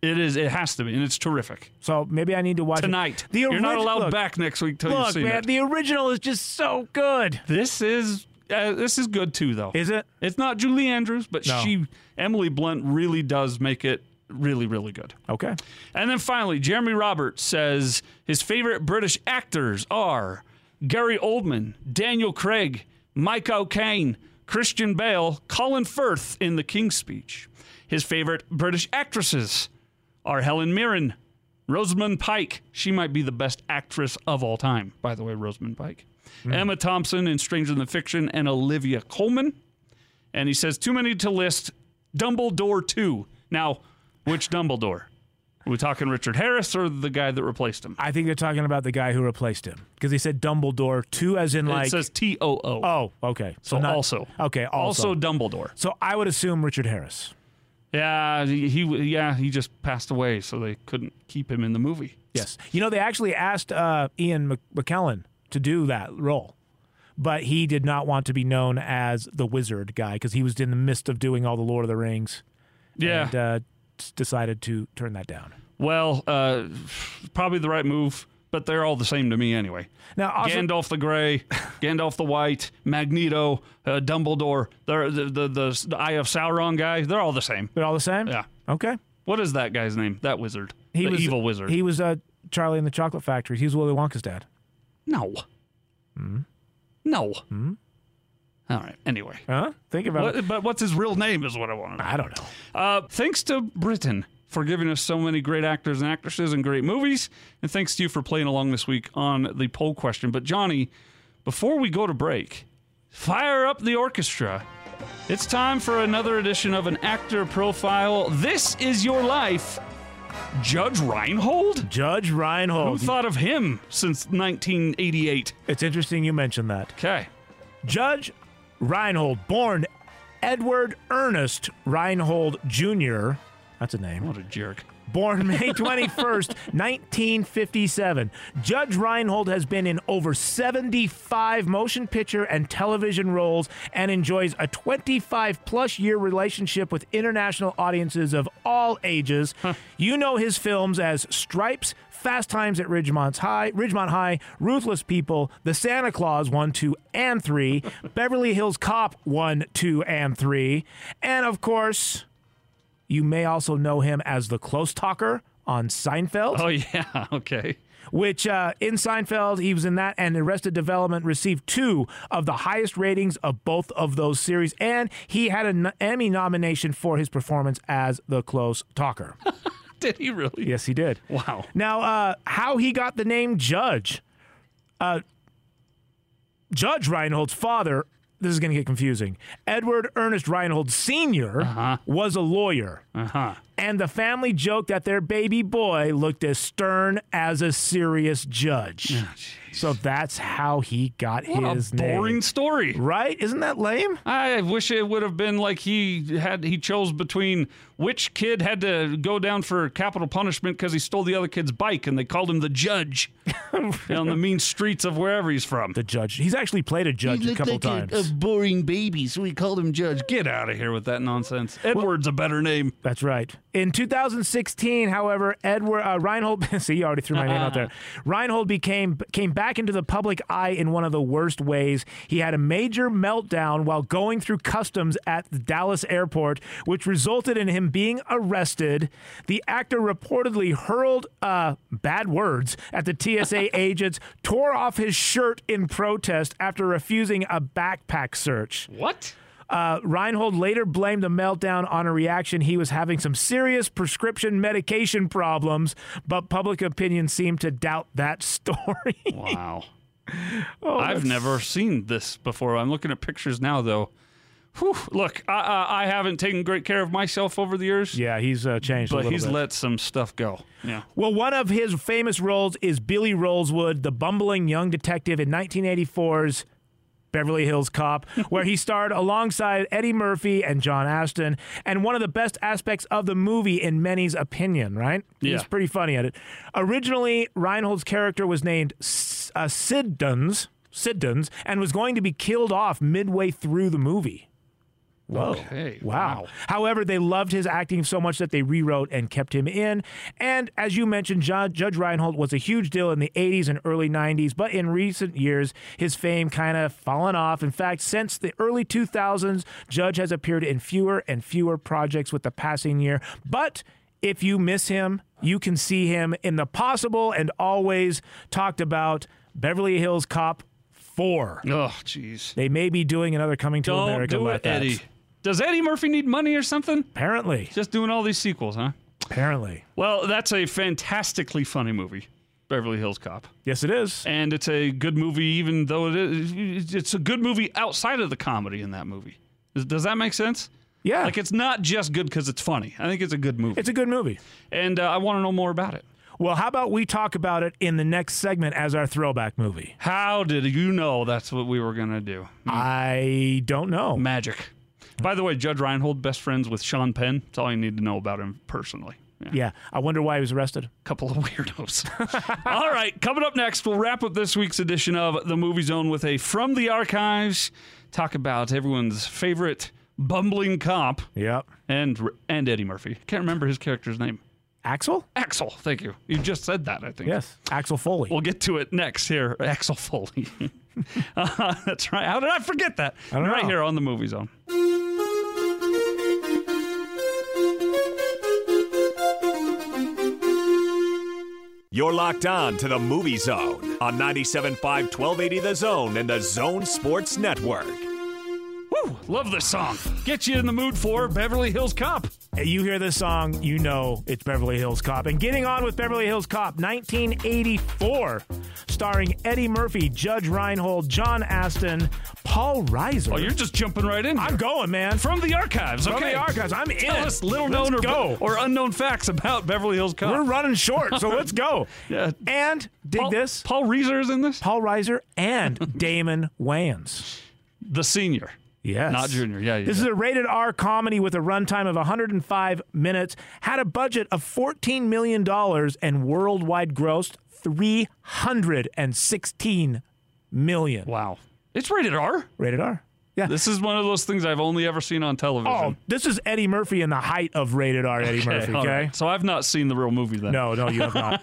S2: It is. It has to be, and it's terrific.
S3: so maybe I need to watch it.
S2: Tonight,
S3: The
S2: you're not
S3: orig-
S2: allowed
S3: look,
S2: back next week till you've
S3: Look,
S2: seen
S3: man,
S2: it.
S3: the original is just so good.
S2: this is uh, this is good too, though.
S3: Is it?
S2: It's not Julie Andrews, but
S3: No.
S2: she Emily Blunt really does make it really really good.
S3: Okay.
S2: And then finally, Jeremy Roberts says his favorite British actors are Gary Oldman, Daniel Craig, Mike O'Kane, Christian Bale, Colin Firth in The King's Speech. His favorite British actresses are Helen Mirren, Rosamund Pike. She might be the best actress of all time, by the way, Rosamund Pike. Emma Thompson in Stranger Than Fiction and Olivia Colman. And he says, too many to list, Dumbledore 2. Now, which Dumbledore? Are we talking Richard Harris or the guy that replaced him?
S3: I think they're talking about the guy who replaced him because he said Dumbledore two, as in like.
S2: it says T O O.
S3: oh, okay. So,
S2: So
S3: not-
S2: also.
S3: Okay. Also.
S2: Also Dumbledore.
S3: So I would assume Richard Harris.
S2: Yeah, he he- yeah he just passed away, so they couldn't keep him in the movie.
S3: Yes. You know, they actually asked uh, Ian Mc- McKellen to do that role, but he did not want to be known as the wizard guy because he was in the midst of doing all the Lord of the Rings
S2: Yeah.
S3: and uh, s- decided to turn that down.
S2: well, uh, probably the right move, but they're all the same to me anyway.
S3: Now, also,
S2: Gandalf the Grey, Gandalf the White, Magneto, uh, Dumbledore, they're- the, the the the Eye of Sauron guy. They're all the same.
S3: they're all the same?
S2: Yeah.
S3: Okay.
S2: What is that guy's name? That wizard.
S3: He
S2: the
S3: was
S2: evil wizard.
S3: He was uh, Charlie in the Chocolate Factory. He was Willy Wonka's dad.
S2: no. No. All right. Anyway.
S3: Huh? Think about it.
S2: What, but what's his real name is what I want to know.
S3: I don't know.
S2: Uh, thanks to Britain for giving us so many great actors and actresses and great movies. And thanks to you for playing along this week on the poll question. But, Johnny, before we go to break, fire up the orchestra. It's time for another edition of an actor profile. This is your life. Judge Reinhold?
S3: Judge
S2: Who
S3: Reinhold.
S2: thought of him since 1988?
S3: it's interesting you mentioned that.
S2: Okay.
S3: Judge Reinhold, born Edward Ernest Reinhold Jr. That's a name.
S2: What a jerk.
S3: Born May 21st, 1957. Judge Reinhold has been in over 75 motion picture and television roles and enjoys a 25 plus year relationship with international audiences of all ages. You know his films as Stripes, Fast Times at Ridgemont High, Ridgemont High, Ruthless People, The Santa Claus 1, 2, and 3, Beverly Hills Cop 1, 2, and 3, and of course. You may also know him as the close talker on Seinfeld,
S2: Oh, yeah. Okay.
S3: which uh, in Seinfeld, he was in that and Arrested Development received two of the highest ratings of both of those series. And he had an Emmy nomination for his performance as the close talker.
S2: Did he really?
S3: yes, he did.
S2: Wow.
S3: Now, uh, how he got the name Judge. Uh, Judge Reinhold's father, this is going to get confusing. Edward Ernest Reinhold senior
S2: Uh-huh.
S3: was a lawyer.
S2: Uh huh.
S3: and the family joked that their baby boy looked as stern as a serious judge. so that's how he got
S2: Oh, What
S3: his
S2: a boring
S3: name.
S2: story.
S3: Right? Isn't that lame?
S2: I wish it would have been like he had he chose between which kid had to go down for capital punishment because he stole the other kid's bike and they called him the judge on the mean streets of wherever he's from.
S3: The judge. He's actually played a judge a couple times.
S2: boring baby, so we called him Judge. Get out of here with that nonsense. Edward's a better name.
S3: That's right. In 2016, however, Edward uh, Reinhold. see, you already threw my name out there. Reinhold became came back into the public eye in one of the worst ways. He had a major meltdown while going through customs at the Dallas airport, which resulted in him being arrested. The actor reportedly hurled uh, bad words at the TSA agents, tore off his shirt in protest after refusing a backpack search.
S2: What?
S3: Uh, Reinhold later blamed the meltdown on a reaction he was having some serious prescription medication problems, but public opinion seemed to doubt that story.
S2: Wow.
S3: Oh,
S2: I've never seen this before. I'm looking at pictures now, though. Whew, look, I, I, I haven't taken great care of myself over the years,
S3: yeah, he's uh, changed
S2: but
S3: a little
S2: he's
S3: bit.
S2: let some stuff go. Yeah.
S3: well, one of his famous roles is Billy Rollswood, the bumbling young detective in 1984's Beverly Hills Cop, where he starred alongside Eddie Murphy and John Aston. And one of the best aspects of the movie, in many's opinion, right?
S2: Yeah.
S3: He's pretty funny at it. Originally, Reinhold's character was named S- uh, Sid Dunn's, Sid Dunn's, and was going to be killed off midway through the movie. Whoa.
S2: Okay,
S3: Wow.
S2: wow.
S3: However, they loved his acting so much that they rewrote and kept him in. And as you mentioned, Ju- Judge Reinhold was a huge deal in the 80s and early 90s, but in recent years, his fame kind of fallen off. In fact, since the early 2000s, Judge has appeared in fewer and fewer projects with the passing year. But if you miss him, you can see him in the possible and always talked about Beverly Hills Cop 4.
S2: Oh, jeez.
S3: They may be doing another Coming to
S2: Don't
S3: America
S2: do
S3: like
S2: it,
S3: that.
S2: Eddie. Does Eddie Murphy need money or something?
S3: Apparently,
S2: Just doing all these sequels, huh?
S3: apparently.
S2: Well, that's a fantastically funny movie, Beverly Hills Cop.
S3: Yes, it is.
S2: And it's a good movie, even though it is, it's a good movie outside of the comedy in that movie. Does- Does that make sense?
S3: Yeah.
S2: Like, it's not just good because it's funny. I think it's a good movie.
S3: it's a good movie.
S2: and uh, I want to know more about it.
S3: Well, how about we talk about it in the next segment as our throwback movie?
S2: How did you know that's what we were going to do?
S3: I don't know.
S2: Magic. By the way, Judge Reinhold, best friends with Sean Penn. That's all you need to know about him personally. Yeah.
S3: Yeah, I wonder why he was arrested.
S2: couple of weirdos. All right, coming up next, we'll wrap up this week's edition of The Movie Zone with a From the Archives talk about everyone's favorite bumbling cop
S3: Yep.
S2: and and Eddie Murphy. Can't remember his character's name.
S3: Axel?
S2: Axel, thank you. You just said that, I think.
S3: Yes. Axel Foley.
S2: We'll get to it next here. Axel Foley. uh, that's right. How did I forget that?
S3: I don't
S2: right
S3: know.
S2: here on The Movie Zone.
S1: You're locked on to the Movie Zone on 97.5 1280 The Zone and the Zone Sports Network.
S2: Woo! Love this song. Get you in the mood for Beverly Hills Cop.
S3: You hear this song, you know it's Beverly Hills Cop. And getting on with Beverly Hills Cop 1984, starring Eddie Murphy, Judge Reinhold, John Aston, Paul Reiser.
S2: Oh, you're just jumping right in.
S3: I'm
S2: here.
S3: going, man.
S2: From the archives.
S3: From
S2: okay.
S3: the archives. I'm in.
S2: Tell us little
S3: Let's
S2: known or,
S3: go.
S2: or unknown facts about Beverly Hills Cop.
S3: We're running short, so let's go.
S2: Yeah.
S3: And dig
S2: Paul,
S3: this.
S2: Paul Reiser is in this?
S3: Paul Reiser and Damon Wayans.
S2: The senior.
S3: Yes.
S2: Not junior. Yeah, yeah.
S3: This is a rated R comedy with a runtime of 105 minutes, had a budget of $14 million and worldwide grossed 316 million.
S2: wow. It's rated R.
S3: Rated R. Yeah.
S2: This is one of those things I've only ever seen on
S3: oh,
S2: television.
S3: this is Eddie Murphy in the height of rated R Eddie Murphy,
S2: all
S3: okay?
S2: right. So I've not seen the real movie then.
S3: No, no, you have not.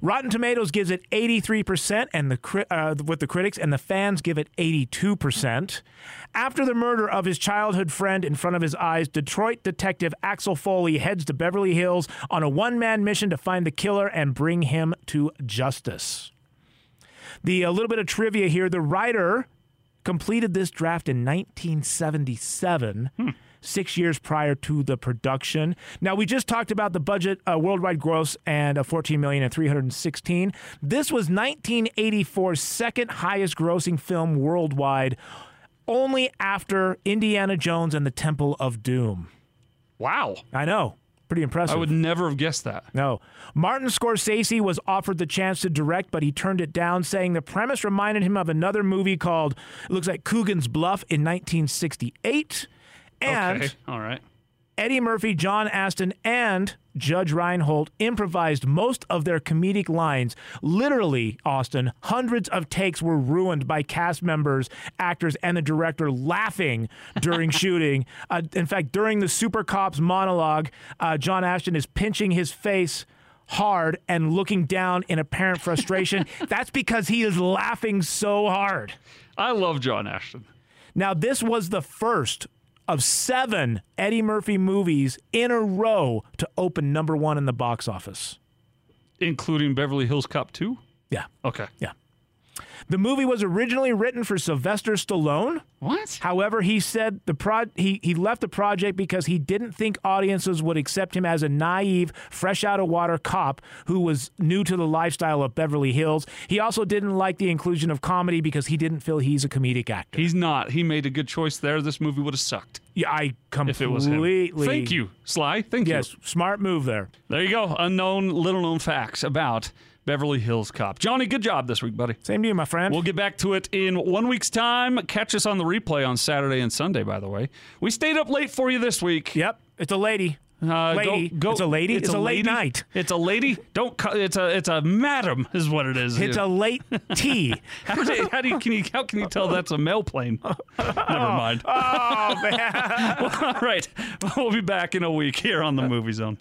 S3: Rotten Tomatoes gives it 83% and the cri- uh, with the critics and the fans give it 82%. After the murder of his childhood friend in front of his eyes, Detroit detective Axel Foley heads to Beverly Hills on a one-man mission to find the killer and bring him to justice. The a little bit of trivia here, the writer completed this draft in 1977,
S2: Hmm.
S3: six years prior to the production. Now we just talked about the budget, uh, worldwide gross, and uh, 14 million and 316. This was 1984's second highest grossing film worldwide, only after Indiana Jones and the Temple of Doom.
S2: Wow.
S3: I know, pretty impressive.
S2: I would never have guessed that.
S3: No. Martin Scorsese was offered the chance to direct, but he turned it down, saying the premise reminded him of another movie called, it looks like Coogan's Bluff in 1968. And
S2: Okay. All right.
S3: Eddie Murphy, John Aston, and Judge Reinhold improvised most of their comedic lines. Literally, Austin, hundreds of takes were ruined by cast members, actors, and the director laughing during shooting. Uh, in fact, during the Super Cops monologue, uh, John Aston is pinching his face hard and looking down in apparent frustration. That's because he is laughing so hard.
S2: I love John Ashton.
S3: Now, this was the first of seven Eddie Murphy movies in a row to open number one in the box office.
S2: Including Beverly Hills Cop 2?
S3: Yeah.
S2: Okay.
S3: The movie was originally written for Sylvester Stallone.
S2: What?
S3: However, he said the pro- he, he left the project because he didn't think audiences would accept him as a naive, fresh out of water cop who was new to the lifestyle of Beverly Hills. He also didn't like the inclusion of comedy because he didn't feel he's a comedic actor.
S2: He's not. He made a good choice there. This movie would have sucked
S3: Yeah, I
S2: if it was him.
S3: completely.
S2: Thank you, Sly. Thank you.
S3: Yes, smart move there.
S2: There you go. Unknown, little known facts about Beverly Hills Cop. Johnny, good job this week, buddy.
S3: Same to you, my friend.
S2: We'll get back to it in one week's time. Catch us on the replay on Saturday and Sunday, by the way. We stayed up late for you this week.
S3: yep, it's a lady.
S2: Uh,
S3: Lady. It's a lady? It's a late
S2: lady.
S3: night.
S2: It's a lady. Don't. Cu- it's a. It's a madam. Is what it is.
S3: It's
S2: here.
S3: a late tea.
S2: How, do you, how do you- can you? How can you tell that's a mail plane? Never mind.
S3: oh man.
S2: All right. We'll be back in a week here on the Movie Zone.